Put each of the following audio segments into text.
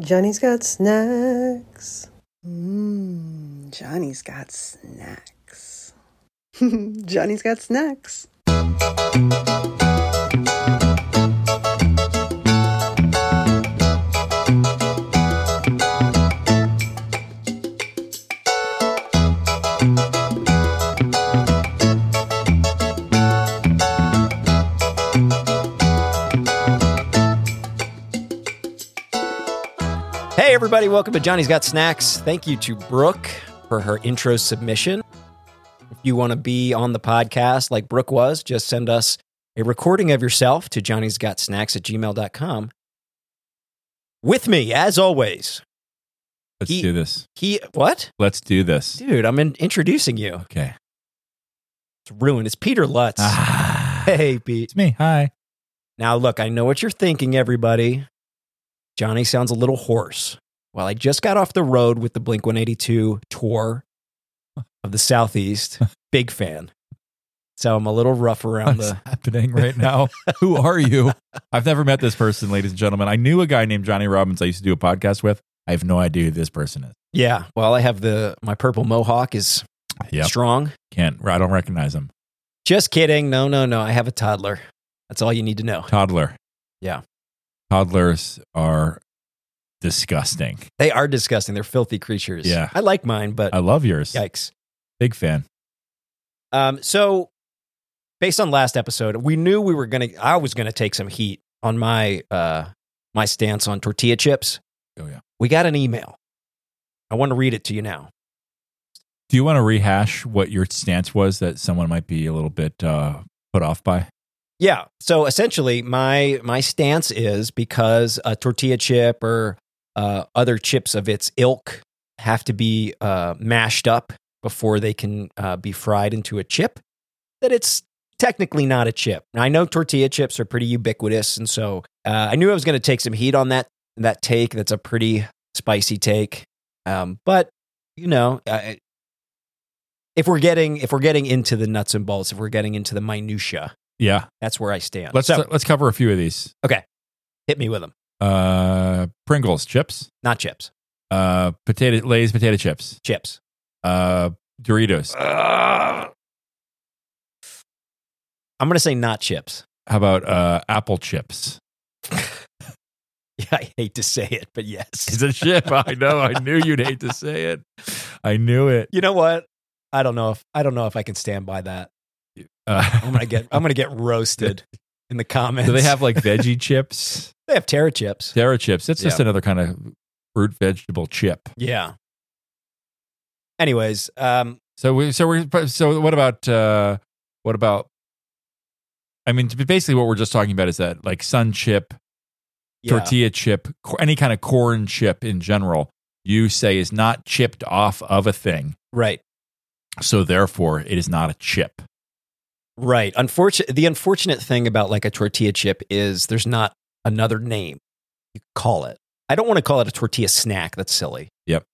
Johnny's got snacks. Mmm, Johnny's got snacks. Johnny's got snacks. Hey, everybody, welcome to Johnny's Got Snacks. Thank you to Brooke for her intro submission. If you want to be on the podcast like Brooke was, just send us a recording of yourself to Johnny's Got Snacks at gmail.com. With me, as always, Let's He- do this. he, what? Let's do this. Dude, I'm in, introducing you. Okay. It's ruined. It's Peter Lutz. Ah, Hey, Pete. it's me. Hi. Now, look, I know what you're thinking, everybody. Johnny sounds a little hoarse. Well, I just got off the road with the Blink 182 tour of the Southeast. Big fan. So I'm a little rough around What's the. happening right now? Who are you? I've never met this person, ladies and gentlemen. I knew a guy named Johnny Robbins I used to do a podcast with. I have no idea who this person is. Yeah. Well, I have the. My purple mohawk is Yep. strong. Can't. I don't recognize him. Just kidding. No, no, no. I have a toddler. That's all you need to know. Toddler. Yeah. Toddlers are disgusting. They are disgusting. They're filthy creatures. Yeah. I like mine, but I love yours. yikes. Big fan. Um, so based on last episode, we knew we were gonna I was gonna take some heat on my uh my stance on tortilla chips. Oh, yeah. We got an email. I want to read it to you now. Do you want to rehash what your stance was that someone might be a little bit uh, put off by? Yeah. So essentially my my stance is because a tortilla chip or uh, other chips of its ilk have to be uh, mashed up before they can uh, be fried into a chip, that it's technically not a chip. Now, I know tortilla chips are pretty ubiquitous, and so uh, I knew I was going to take some heat on that that take. That's a pretty spicy take, um, but you know, I, if we're getting if we're getting into the nuts and bolts, if we're getting into the minutia, Yeah. that's where I stand. Let's so, let's cover a few of these. hit me with them, Uh, Pringles chips, not chips, uh, potato Lay's potato chips, chips. uh, Doritos. I'm going to say not chips. How about uh, apple chips? Yeah, I hate to say it, but yes. It's a chip. I know. I knew you'd hate to say it. I knew it. You know what? I don't know if I don't know if I can stand by that. Uh, I'm gonna get I'm gonna get roasted in the comments. Do they have like veggie chips, they have Terra chips? Terra chips? It's just Yeah. another kind of fruit vegetable chip. Yeah. Anyways, um, So we so we are so what about uh what about I mean basically what we're just talking about is that like sun chip, yeah. tortilla chip, cor- any kind of corn chip in general, you say is not chipped off of a thing. right, So therefore it is not a chip. right. Unfortunate. The unfortunate thing about like a tortilla chip is there's not another name you could call it. I don't want to call it a tortilla snack. That's silly. Yep.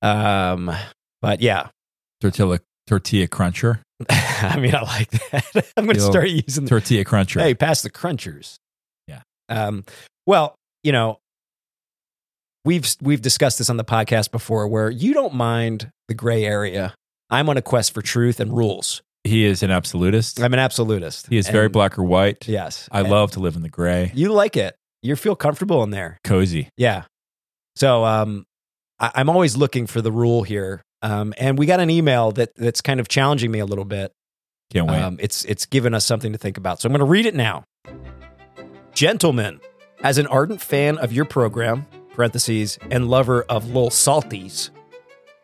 Um, but yeah, Tortilla tortilla cruncher. I mean, I like that. I'm gonna Yo, start using the Tortilla cruncher. Mm. Hey, pass the crunchers. Yeah. Um, well, you know, we've we've discussed this on the podcast before where you don't mind the gray area. I'm on a quest for truth and rules. He is an absolutist. I'm an absolutist. He is very And- black or white. Yes. I And love to live in the gray. you like it. You feel comfortable in there. Cozy. Yeah. So um I, I'm always looking for the rule here. Um, and we got an email that that's kind of challenging me a little bit. Can't wait. Um, it's it's given us something to think about. So I'm going to read it now. Gentlemen, as an ardent fan of your program (parentheses) and lover of Lil Salties,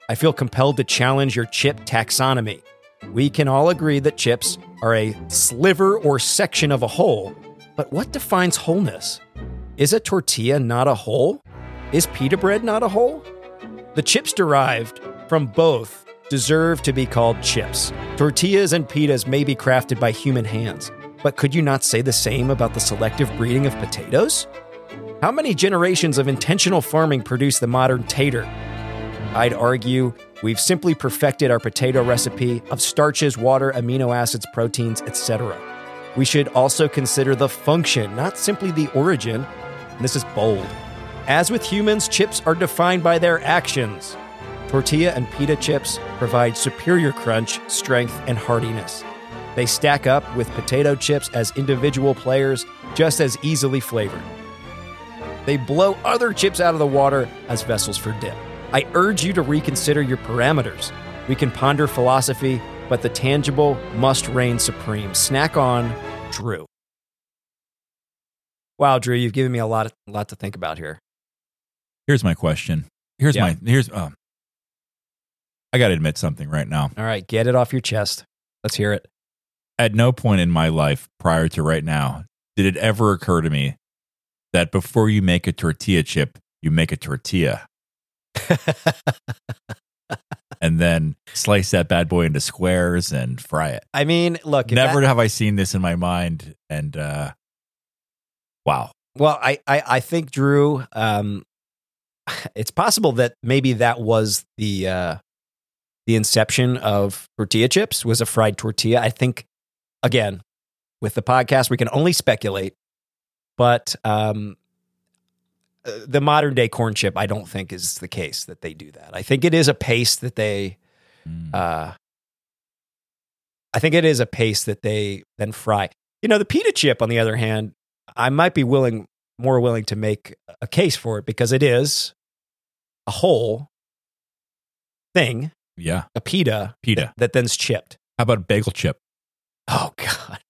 I feel compelled to challenge your chip taxonomy. We can all agree that chips are a sliver or section of a whole, but what defines wholeness? Is a tortilla not a whole? Is pita bread not a whole? The chips derived from both deserve to be called chips. Tortillas and pitas may be crafted by human hands, but could you not say the same about the selective breeding of potatoes? How many generations of intentional farming produce the modern tater? I'd argue we've simply perfected our potato recipe of starches, water, amino acids, proteins, etc. We should also consider the function, not simply the origin. And this is bold As with humans, chips are defined by their actions. Tortilla and pita chips provide superior crunch, strength, and hardiness. They stack up with potato chips as individual players, just as easily flavored. They blow other chips out of the water as vessels for dip. I urge you to reconsider your parameters. We can ponder philosophy, but the tangible must reign supreme. Snack on, Drew. Wow, Drew, you've given me a lot, a lot to think about here. Here's my question. Here's Yeah. my here's um I got to admit something right now. All right, get it off your chest. Let's hear it. At no point in my life prior to right now did it ever occur to me that before you make a tortilla chip, you make a tortilla and then slice that bad boy into squares and fry it. I mean, look, if Never that- have I seen this in my mind and uh wow. well, I, I, I think Drew. Um, it's possible that maybe that was the uh, the inception of tortilla chips was a fried tortilla. I think again with the podcast we can only speculate, but um, uh, the modern day corn chip I don't think is the case that they do that. I think it is a paste that they Mm. uh, I think it is a paste that they then fry. You know, the pita chip, on the other hand, I might be willing, more willing to make a case for it because it is a whole thing, yeah. a pita Pita. that then's chipped. How about a bagel chip? Oh God.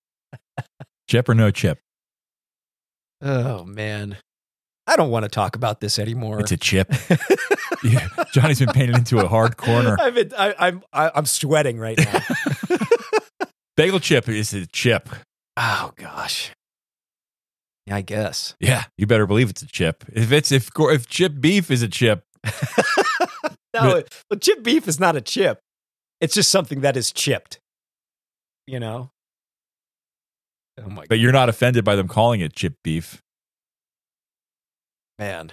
Chip or no chip? Oh man. I don't want to talk about this anymore. It's a chip. Yeah, Johnny's been painted into a hard corner. I've been, I, I'm I, I'm sweating right now. Bagel chip is a chip. oh gosh. Yeah, I guess. Yeah, you better believe it's a chip. If it's if gor- if chip beef is a chip, No, it, well, chip beef is not a chip. It's just something that is chipped. You know. Oh my but you're not offended by them calling it chip beef. man,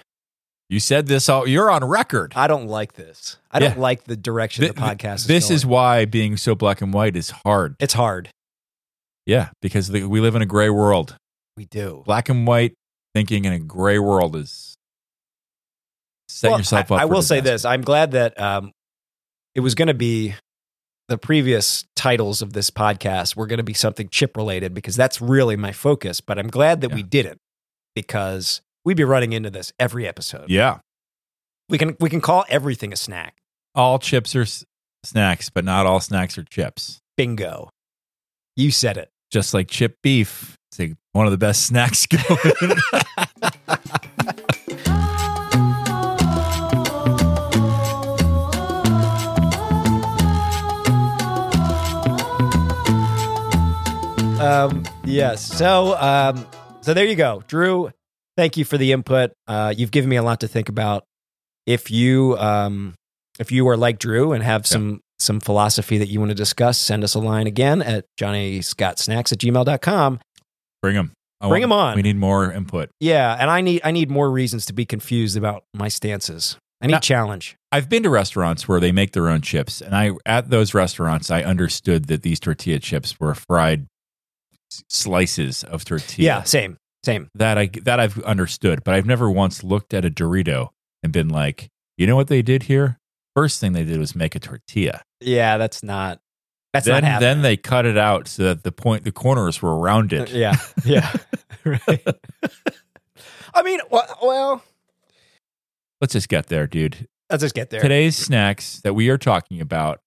You said this all. You're on record. I don't like this. I don't Yeah. like the direction Th- the podcast. this is, is going. why being so black and white is hard. it's hard. Yeah, because the, we live in a gray world. We do. Black and white thinking in a gray world is setting Well, yourself I, up. I for will say disaster. this: I'm glad that um, it was going to be the previous titles of this podcast were going to be something chip related because that's really my focus. But I'm glad that Yeah. we didn't because we'd be running into this every episode. Yeah, We can we can call everything a snack. all chips are s- snacks, but not all snacks are chips. Bingo. You said it. just like chip beef. It's like one of the best snacks going. Um, yes. So, um, so there you go, Drew. Thank you for the input. Uh, you've given me a lot to think about. If you, um, if you are like Drew and have some some philosophy that you want to discuss, send us a line again at johnnyscottsnacks at gmail.com. Bring them. Bring 'em on. We need more input. Yeah, and I need I need more reasons to be confused about my stances. I need Now- challenge. I've been to restaurants where they make their own chips, and I at those restaurants I understood that these tortilla chips were fried s- slices of tortilla. Yeah, same, same. that I that I've understood, but I've never once looked at a Dorito and been like, you know what they did here? First thing they did was make a tortilla. Yeah, that's not. That's then not happening. then they cut it out so that the point the corners were rounded. Uh, Yeah, yeah. right. I mean, well, well, Let's just get there, dude. let's just get there. Today's snacks that we are talking about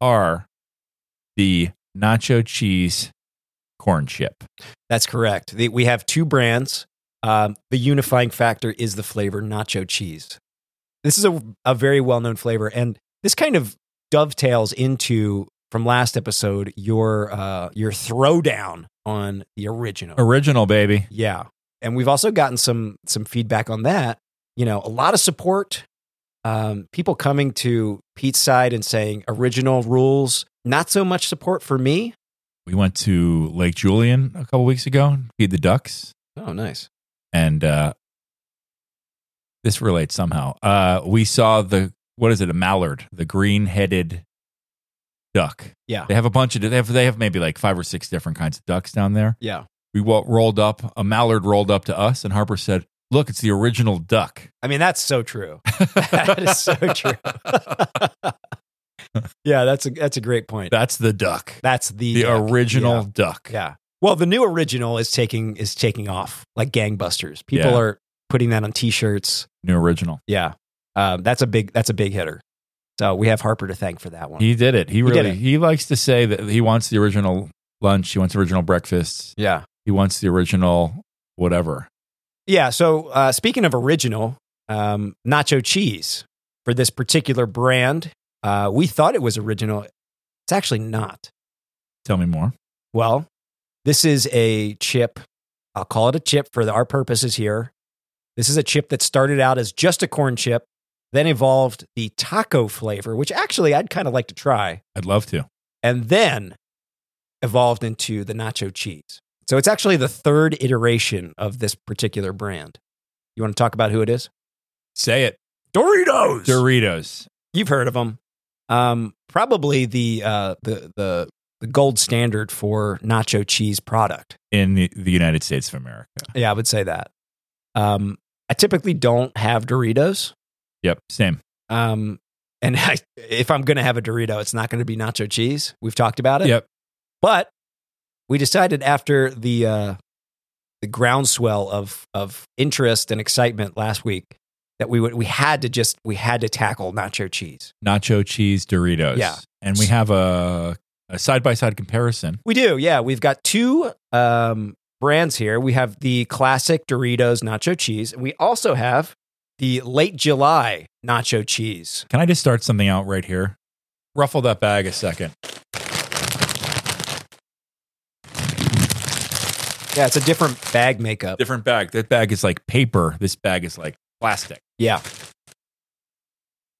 are the nacho cheese corn chip. That's correct. The, we have two brands. Um, the unifying factor is the flavor nacho cheese. This is a, a very well known flavor. And this kind of dovetails into from last episode your, uh, your throwdown on the original. Original, baby. Yeah. And we've also gotten some some feedback on that. You know, a lot of support. Um, people coming to Pete's side and saying original rules. Not so much support for me. We went to Lake Julian a couple weeks ago, feed the ducks, Oh, nice. and uh, this relates somehow. Uh, we saw the what is it? A mallard, the green-headed duck. Yeah. they have a bunch of they have they have maybe like five or six different kinds of ducks down there. Yeah. we wa- rolled up a mallard rolled up to us and harper said Look, it's the original duck. I mean, that's so true. that is so true. yeah, that's a that's a great point. That's the duck. That's the The uh, original duck. Yeah. yeah. Well, the new original is taking is taking off like gangbusters. People Yeah. are putting that on t-shirts. New original. Yeah, um, that's a big that's a big hitter. So we have Harper to thank for that one. He did it. He did really it. he likes to say that he wants the original lunch, he wants the original breakfast, yeah. he wants the original whatever. Yeah. So uh, speaking of original, um, nacho cheese for this particular brand, uh, we thought it was original. It's actually not. Tell me more. Well, this is a chip. I'll call it a chip for the- our purposes here. This is a chip that started out as just a corn chip, then evolved the taco flavor, which actually I'd kind of like to try, I'd love to. and then evolved into the nacho cheese. So it's actually the third iteration of this particular brand. You want to talk about who it is? Say it. Doritos. Doritos. You've heard of them. Um, probably the, uh, the the the gold standard for nacho cheese product. In the, the United States of America. Yeah, I would say that. Um, I typically don't have Doritos. Yep. Same. Um, and I, if I'm going to have a Dorito, it's not going to be nacho cheese. We've talked about it. Yep. But we decided after the uh, the groundswell of of interest and excitement last week that we would we had to just we had to tackle nacho cheese. Nacho cheese Doritos. Yeah. And we have a a side by side comparison. We do, yeah. We've got two um, brands here. We have the classic Doritos nacho cheese, and we also have the late July nacho cheese. Can I just start something out right here? Ruffle that bag a second. Yeah, it's a different bag makeup. Different bag. That bag is like paper. This bag is like plastic. Yeah,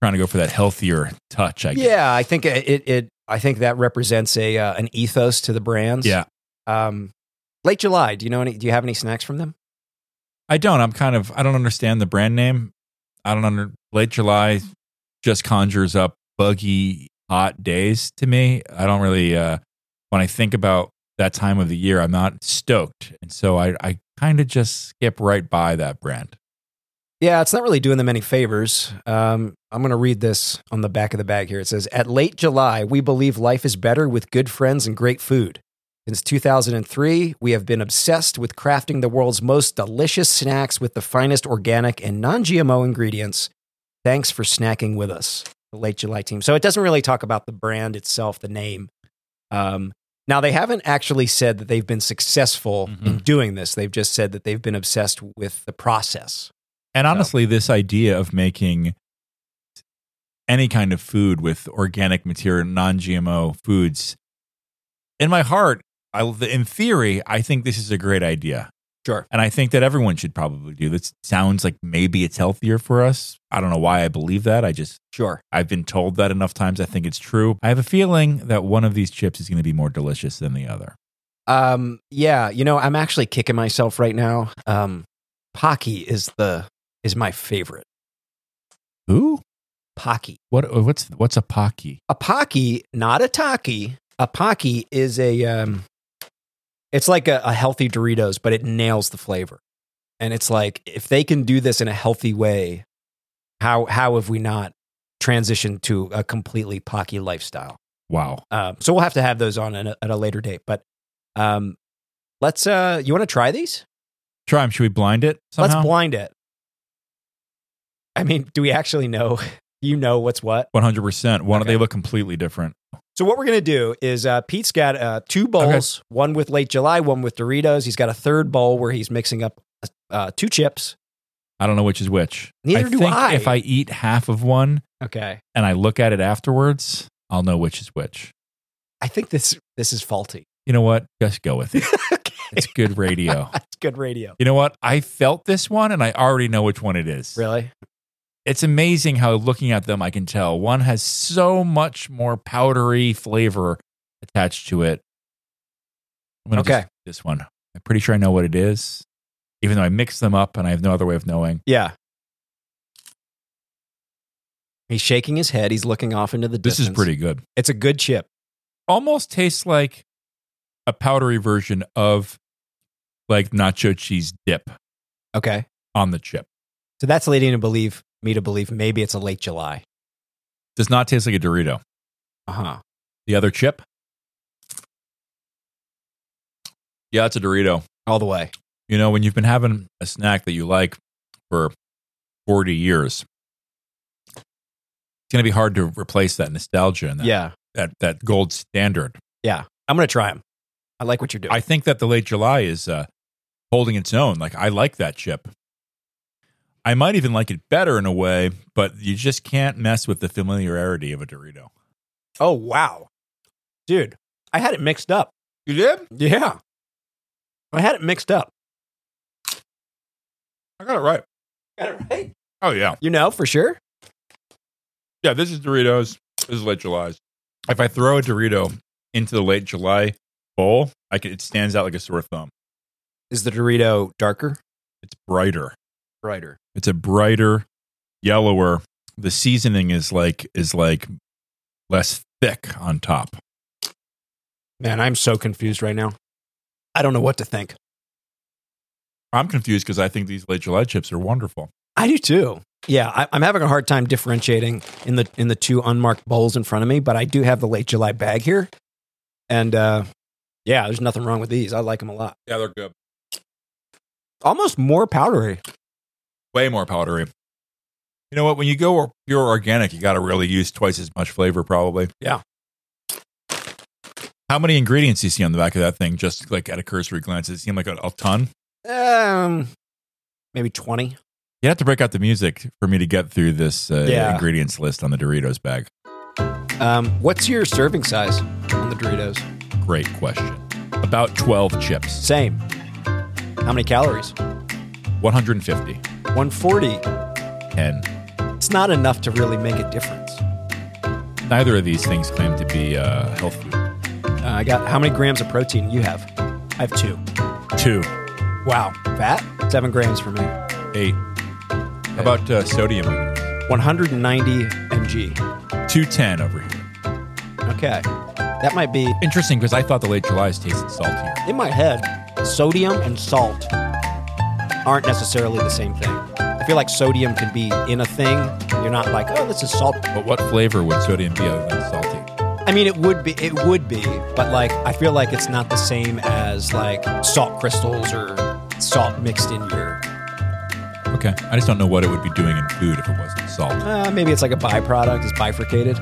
Trying to go for that healthier touch, I guess. yeah. I think it. it, it I think that represents a uh, an ethos to the brands. Yeah. Um, late July. Do you know any? Do you have any snacks from them? I don't. I'm kind of. I don't understand the brand name. I don't under. Late July just conjures up buggy hot days to me. I don't really. uh When I think about that time of the year, I'm not stoked, and so I I kind of just skip right by that brand. Yeah, it's not really doing them any favors. Um, I'm going to read this on the back of the bag here. It says, At late July, we believe life is better with good friends and great food. Since 2003, we have been obsessed with crafting the world's most delicious snacks with the finest organic and non GMO ingredients. Thanks for snacking with us, the late July team. So it doesn't really talk about the brand itself, the name. Um, now, they haven't actually said that they've been successful in doing this, they've just said that they've been obsessed with the process. And honestly, this idea of making any kind of food with organic material, non-GMO foods, in my heart, I, in theory, I think this is a great idea. Sure. And I think that everyone should probably do this. Sounds like maybe it's healthier for us. I don't know why I believe that. I just, Sure. I've been told that enough times. I think it's true. I have a feeling that one of these chips is going to be more delicious than the other. Um, yeah, you know, I'm actually kicking myself right now. Um, Pocky is the is my favorite. Who? Pocky. What? uh, What's what's a pocky? A Pocky, not a Taki. A Pocky is a um it's like a, a healthy Doritos, but it nails the flavor. And it's like if they can do this in a healthy way, how how have we not transitioned to a completely Pocky lifestyle? Wow. Um, so we'll have to have those on at a, at a later date. But um, let's uh, you want to try these? Try 'em. Should we blind it somehow? Let's blind it. I mean, do we actually know? You know what's what. One hundred percent. One, Okay. they look completely different. So what we're gonna do is uh, Pete's got uh, two bowls, one with Late July, one with Doritos. He's got a third bowl where he's mixing up uh, two chips. I don't know which is which. Neither I do think I. If I eat half of one Okay, and I look at it afterwards, I'll know which is which. I think this this is faulty. You know what? Just go with it. okay, It's good radio. that's good radio. You know what? I felt this one and I already know which one it is. Really? It's amazing how looking at them, I can tell one has so much more powdery flavor attached to it. I'm gonna Okay. just- this one. I'm pretty sure I know what it is, even though I mixed them up and I have no other way of knowing. Yeah. He's shaking his head. He's looking off into the This distance. is pretty good. It's a good chip. Almost tastes like a powdery version of like nacho cheese dip. Okay. on the chip. So that's leading to believe me to believe maybe it's a late July. Does not taste like a Dorito. Uh Uh-huh. huh. The other chip? Yeah, it's a Dorito. All the way. You know, when you've been having a snack that you like for 40 years, it's going to be hard to replace that nostalgia and that, Yeah. that, that gold standard. I'm gonna try them. I like what you're doing. I think that the late July is uh, holding its own. Like, I like that chip. I might even like it better in a way, but you just can't mess with the familiarity of a Dorito. oh wow, dude, I had it mixed up. You did? Yeah, I had it mixed up. I got it right. Got it right. Oh, yeah. You know for sure. Yeah, this is Doritos. This is late July's. If I throw a Dorito into the late July bowl, I can, it stands out like a sore thumb. Is the Dorito darker? It's brighter. Brighter. It's a brighter, yellower. The seasoning is like is like less thick on top. Man, I'm so confused right now. I don't know what to think. I'm confused because I think these late July chips are wonderful. I do too. Yeah, I, I'm having a hard time differentiating in the in the two unmarked bowls in front of me, but I do have the late July bag here, and uh, yeah, there's nothing wrong with these. I like them a lot. Yeah, they're good. Almost more powdery. Way more powdery. You know what? When you go pure organic, you got to really use twice as much flavor, probably. Yeah. How many ingredients do you see on the back of that thing? Just like at a cursory glance, it seemed like a, a ton. Um, maybe twenty. You have to break out the music for me to get through this uh, Yeah. ingredients list on the Doritos bag. Um, what's your serving size on the Doritos? Great question. About 12 chips, Same. How many calories? 150, 140. 10. It's not enough to really make a difference. Uh, Neither of these things claim to be uh, health food. Uh, I got how many grams of protein you have? I have two. Two, Wow, fat seven grams for me. eight. How about uh, sodium? 190 mg. 210 over here. Okay. That might be Interesting because I thought the late July's tasted saltier. in my head. Sodium and salt aren't necessarily the same thing. I feel like sodium can be in a thing. You're not like, oh, this is salt. But what flavor would sodium be other than salty? I mean, it would be, it would be, but like, I feel like it's not the same as like salt crystals or salt mixed in your. Okay. I just don't know what it would be doing in food if it wasn't salt. Uh, maybe it's like a byproduct. It's bifurcated.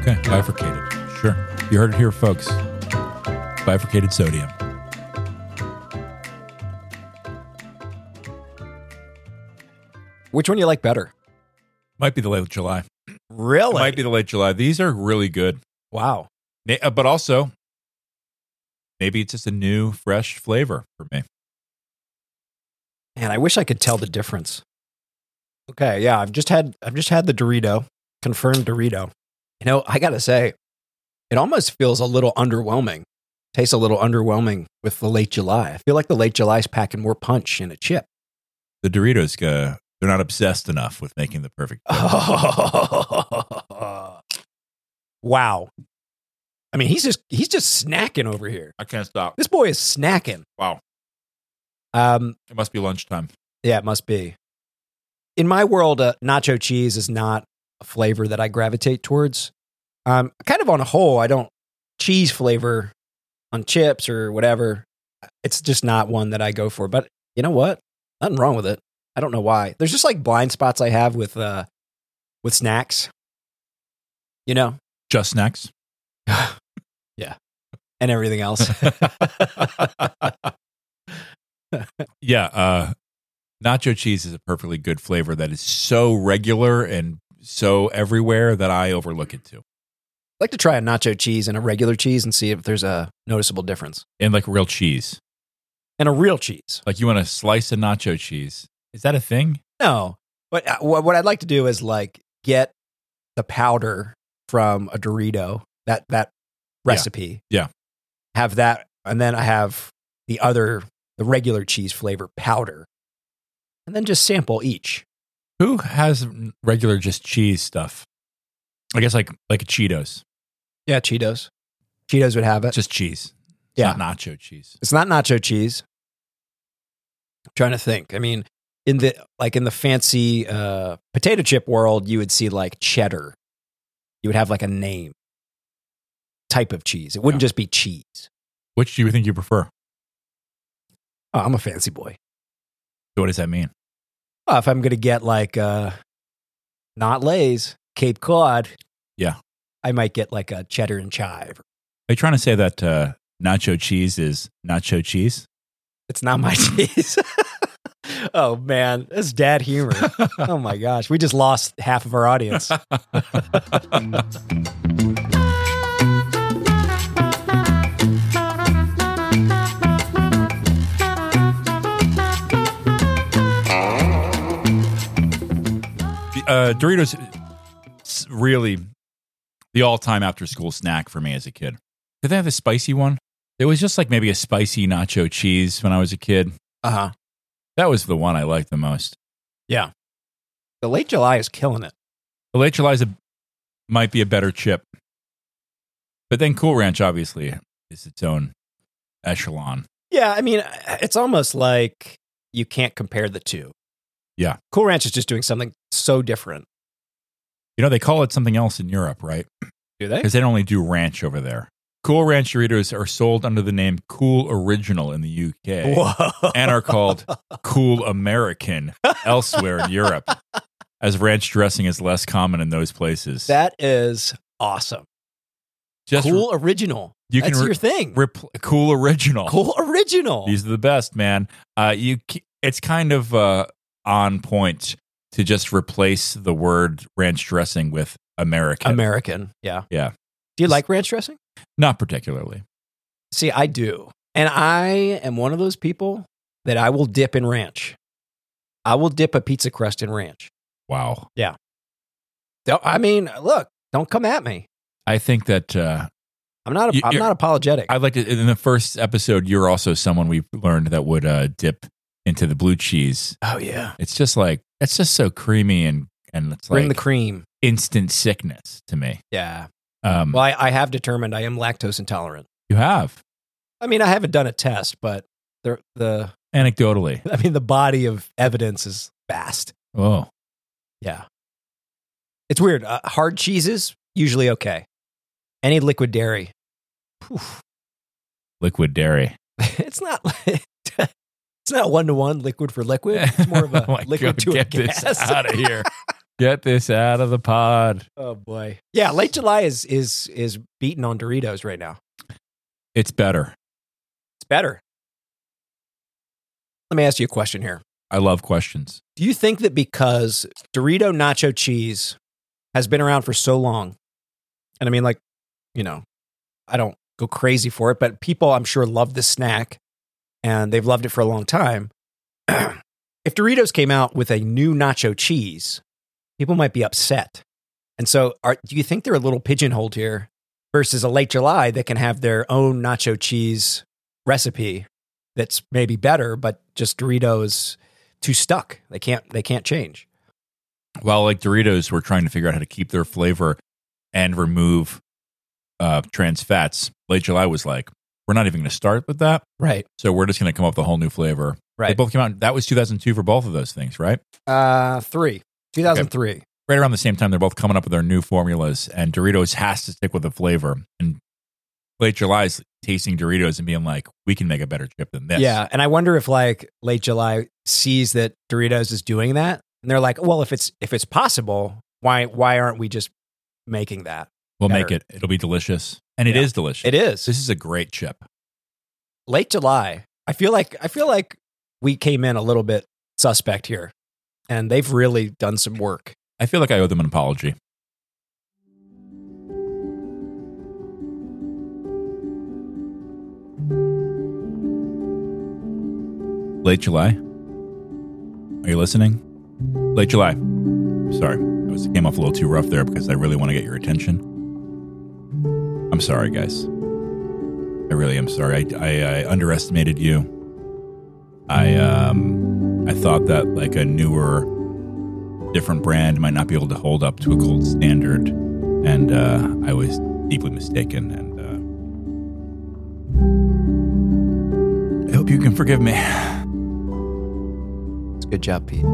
Okay. Bifurcated. Sure. You heard it here, folks. Bifurcated sodium. Which one do you like better? Might be the late July. Really? It might be the late July. These are really good. Wow. Na- uh, But also, maybe it's just a new, fresh flavor for me. Man, I wish I could tell the difference. Okay, yeah, I've just had I've just had the Dorito, confirmed Dorito. You know, I gotta say, it almost feels a little underwhelming. Tastes a little underwhelming with the late July. I feel like the late July's packing more punch in a chip. The Doritos, uh, they're not obsessed enough with making the perfect. wow. I mean, he's just he's just snacking over here. I can't stop. This boy is snacking. Wow. Um, It must be lunchtime. Yeah, it must be. In my world, uh, nacho cheese is not a flavor that I gravitate towards. Um, kind of on a whole, I don't cheese flavor on chips or whatever. It's just not one that I go for. But you know what? Nothing wrong with it. I don't know why. There's just like blind spots I have with uh, with snacks. You know, Just snacks. and everything else. yeah, uh, nacho cheese is a perfectly good flavor that is so regular and so everywhere that I overlook it too. like to try a nacho cheese and a regular cheese and see if there's a noticeable difference. And like real cheese, And a real cheese. like you want to slice a nacho cheese. Is that a thing? No, but uh, what what I'd like to do is like get the powder from a Dorito that that recipe. Yeah. have that, and then I have the other the regular cheese flavor powder, and then just sample each. Who has regular just cheese stuff? I guess like like a Cheetos, Yeah, Cheetos. Cheetos would have it. just cheese. It's Yeah. not nacho cheese. it's not nacho cheese. I'm trying to think. I mean, in the like in the fancy uh, potato chip world, you would see like cheddar. You would have like a name, type of cheese. It wouldn't Yeah. just be cheese. Which do you think you prefer? Oh, I'm a fancy boy. What does that mean? Well, if I'm gonna get like uh, not Lay's Cape Cod, Yeah. I might get like a cheddar and chive. Are you trying to say that uh, nacho cheese is nacho cheese? It's not my cheese. oh man, that's dad humor. oh my gosh, we just lost half of our audience. uh, Doritos s- really the all-time after-school snack for me as a kid. Did they have a spicy one? It was just like maybe a spicy nacho cheese when I was a kid. Uh huh. That was the one I liked the most. The late July is killing it. The late July's a, might be a better chip, but then Cool Ranch obviously is its own echelon. Yeah, I mean, it's almost like you can't compare the two. Yeah. Cool Ranch is just doing something so different. You know they call it something else in Europe, right? Do they? Because they don't only do ranch over there. Cool Ranch Doritos are sold under the name Cool Original in the UK. Whoa. and are called cool American elsewhere in Europe, as ranch dressing is less common in those places. that is awesome. Just cool original. You That's can re- your thing. repl- cool original. cool original. These are the best, man. Uh, you, c- it's kind of uh, on point to just replace the word ranch dressing with American. American. Yeah. Yeah. Do you like ranch dressing? Not particularly. See, I do. And I am one of those people that I will dip in ranch. I will dip a pizza crust in ranch. Wow. Don't- I mean, look, don't come at me. I think that uh, I'm not. You- I'm you're- not apologetic. I like it in the first episode. You're also someone we learned that would uh, dip into the blue cheese oh yeah. It's just like it's just so creamy and and it's Bring like the cream. instant sickness to me. Yeah. Um, Well, I, I have determined I am lactose intolerant. you have I mean, I haven't done a test, but the the anecdotally. I mean, the body of evidence is vast. Oh, Yeah. It's weird. Uh, hard cheeses usually okay. Any liquid dairy, poof, liquid dairy. it's not. it's not one to one liquid for liquid. It's more of a Oh my liquid God, to get a gas. this out of here. Get this out of the pod. oh boy. Yeah, late July is is is beating on Doritos right now. It's better. It's better. Let me ask you a question here. I love questions. Do you think that because Dorito nacho cheese has been around for so long, and I mean, like, you know, I don't go crazy for it, but people I'm sure love this snack and they've loved it for a long time. if Doritos came out with a new nacho cheese, people might be upset. And so, are, do you think they're a little pigeonholed here versus a late July that can have their own nacho cheese recipe that's maybe better, but just Doritos? too stuck. They can't they can't change. While like Doritos were trying to figure out how to keep their flavor and remove uh, trans fats, Late July was like, we're not even going to start with that. Right. So we're just going to come up with a whole new flavor. They Right. both came out. That was 2002 for both of those things, right? Uh 3. 2003. right around the same time they're both coming up with their new formulas and doritos has to stick with the flavor and late july's tasting doritos and being like we can make a better chip than this Yeah, and I wonder if like late July sees that Doritos is doing that and they're like, "Well, if it's if it's possible, why why aren't we just making that?" we'll Better. make it it'll be delicious and it Yeah. is delicious It is. this is a great chip late July. I feel like I feel like we came in a little bit suspect here. And they've really done some work. i feel like i owe them an apology late july are you listening late july Sorry, I was came off a little too rough there because I really want to get your attention. I'm sorry, guys. I really am sorry. I, I, I underestimated you. I um, I thought that like a newer, different brand might not be able to hold up to a gold standard, and uh, I was deeply mistaken. And uh, I hope you can forgive me. It's Good job, Pete.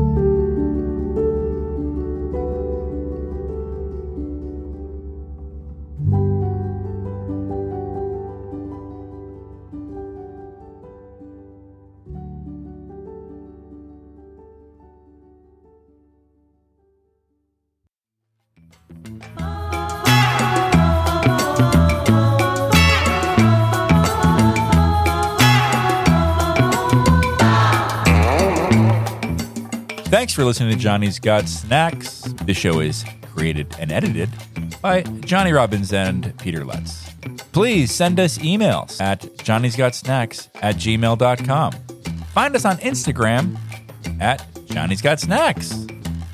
Thanks for listening to Johnny's Got Snacks. This show is created and edited by Johnny Robbins and Peter Lutz. Please send us emails at johnny'sgotsnacks at gmail.com. Find us on Instagram at Johnny's Got Snacks.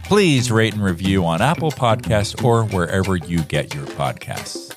Please rate and review on Apple Podcasts or wherever you get your podcasts.